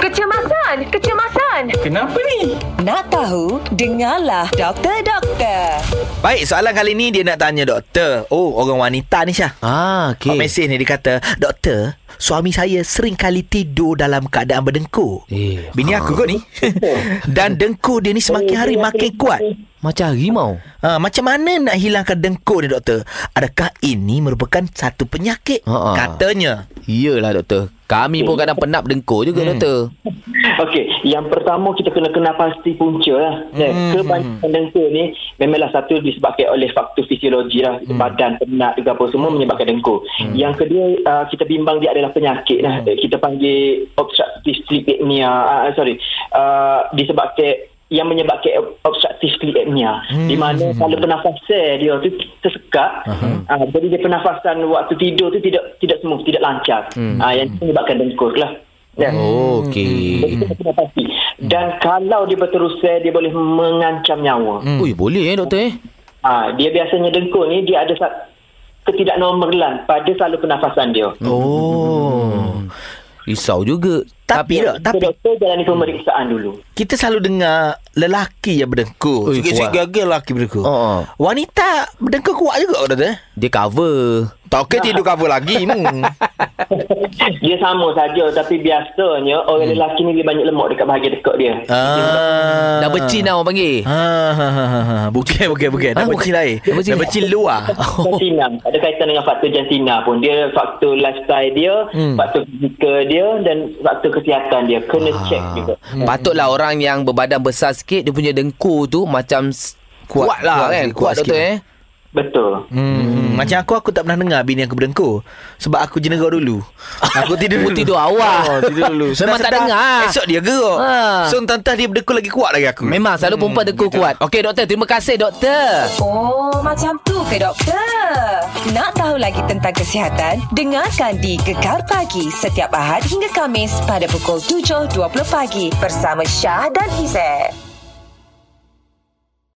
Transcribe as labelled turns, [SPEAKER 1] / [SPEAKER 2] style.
[SPEAKER 1] kecemasan, kecemasan.
[SPEAKER 2] Kenapa ni?
[SPEAKER 3] Nak tahu? Dengarlah Doktor Doktor.
[SPEAKER 4] Baik, soalan kali ni dia nak tanya doktor. Oh, orang wanita ni Syah.
[SPEAKER 5] Ah,
[SPEAKER 4] Okay.
[SPEAKER 5] okey.
[SPEAKER 4] Mesej ni dia kata, Doktor, suami saya sering kali tidur dalam keadaan berdengkur.
[SPEAKER 5] Eh,
[SPEAKER 4] Bini aku kot ni. Dan dengkur dia ni semakin hari makin kuat.
[SPEAKER 5] Macam harimau.
[SPEAKER 4] Ha, macam mana nak hilangkan dengkur ni doktor? Adakah ini merupakan satu penyakit?
[SPEAKER 5] Ha-ha.
[SPEAKER 4] Katanya.
[SPEAKER 5] Iyalah doktor. Kami pun kadang penat berdengkur juga Oh. hmm. doktor.
[SPEAKER 6] Okey, yang pertama kita kena kenal pasti punca lah. Hmm. Kebanyakan dengkur ni memanglah satu disebabkan oleh faktor fisiologi lah. Hmm. Badan, penat juga apa semua menyebabkan dengkur. Hmm. Yang kedua uh, kita bimbang dia adalah penyakit lah. Hmm. Kita panggil obstructive sleep apnea. Uh, sorry, uh, disebabkan yang menyebabkan ob- obstructive sleep apnea hmm. di mana kalau pernafasan dia tu tersekat uh-huh. uh, jadi dia pernafasan waktu tidur tu tidak tidak smooth tidak lancar hmm. uh, yang menyebabkan dengkur lah Ya.
[SPEAKER 5] Oh, okey.
[SPEAKER 6] Betul kena pasti. Dan kalau dia berterusan dia boleh mengancam nyawa.
[SPEAKER 5] Hmm. Ui, boleh eh doktor eh?
[SPEAKER 6] Ha, dia biasanya dengkur ni dia ada sat- ketidaknormalan pada saluran pernafasan dia.
[SPEAKER 5] Oh.
[SPEAKER 4] Risau juga. Tapi,
[SPEAKER 6] Jadi,
[SPEAKER 4] dok, tapi
[SPEAKER 6] doktor jalani pemeriksaan dulu.
[SPEAKER 4] kita selalu dengar lelaki yang berdengkur.
[SPEAKER 5] Ui, kuat.
[SPEAKER 4] Sikit-sikit
[SPEAKER 5] Ha,
[SPEAKER 4] gagal lelaki berdengkur.
[SPEAKER 5] Ha-ha.
[SPEAKER 4] Wanita berdengkur kuat juga doktor. eh?
[SPEAKER 5] Dia cover.
[SPEAKER 4] Tak okey tidur cover lagi mu.
[SPEAKER 6] Dia sama saja tapi biasanya orang hmm. lelaki ni dia banyak lemak dekat bahagian dekat dia.
[SPEAKER 4] Ah.
[SPEAKER 5] Dah bercin lah orang panggil.
[SPEAKER 4] Ah, ha, ha, ha, ha. bukan bukan bukan.
[SPEAKER 5] Ah,
[SPEAKER 4] Dah bercin lain.
[SPEAKER 5] Dah bercin.
[SPEAKER 4] Dah bercin luar.
[SPEAKER 6] Jantina ada kaitan dengan faktor jantina pun dia faktor lifestyle dia
[SPEAKER 4] Hmm.
[SPEAKER 6] faktor fizikal dia dan faktor kesihatan dia kena ah. check juga
[SPEAKER 5] Hmm. Patutlah orang yang berbadan besar sikit dia punya dengkur tu macam s- kuat, kuat lah
[SPEAKER 4] kuat
[SPEAKER 5] kan. Kuat,
[SPEAKER 4] sikit, kuat
[SPEAKER 5] doktor
[SPEAKER 4] sikit.
[SPEAKER 5] eh.
[SPEAKER 6] betul
[SPEAKER 4] Hmm. Macam aku aku tak pernah dengar bini aku berdengkur sebab aku jenegau dulu. Aku tidur
[SPEAKER 5] Aku
[SPEAKER 4] dulu.
[SPEAKER 5] tidur awal.
[SPEAKER 4] Oh, tidur dulu.
[SPEAKER 5] Memang tak
[SPEAKER 4] Sedar-sedar,
[SPEAKER 5] dengar.
[SPEAKER 4] Esok dia gerak.
[SPEAKER 5] Ha.
[SPEAKER 4] So entah-entah dia berdengkur lagi kuat lagi aku.
[SPEAKER 5] Memang selalu perempuan dengkur kuat. Okey doktor, terima kasih doktor.
[SPEAKER 3] Oh, macam tu ke doktor? Nak tahu lagi tentang kesihatan? Dengarkan di Gegar Pagi setiap Ahad hingga Kamis pada pukul 7.20 pagi bersama Syah dan Izzet.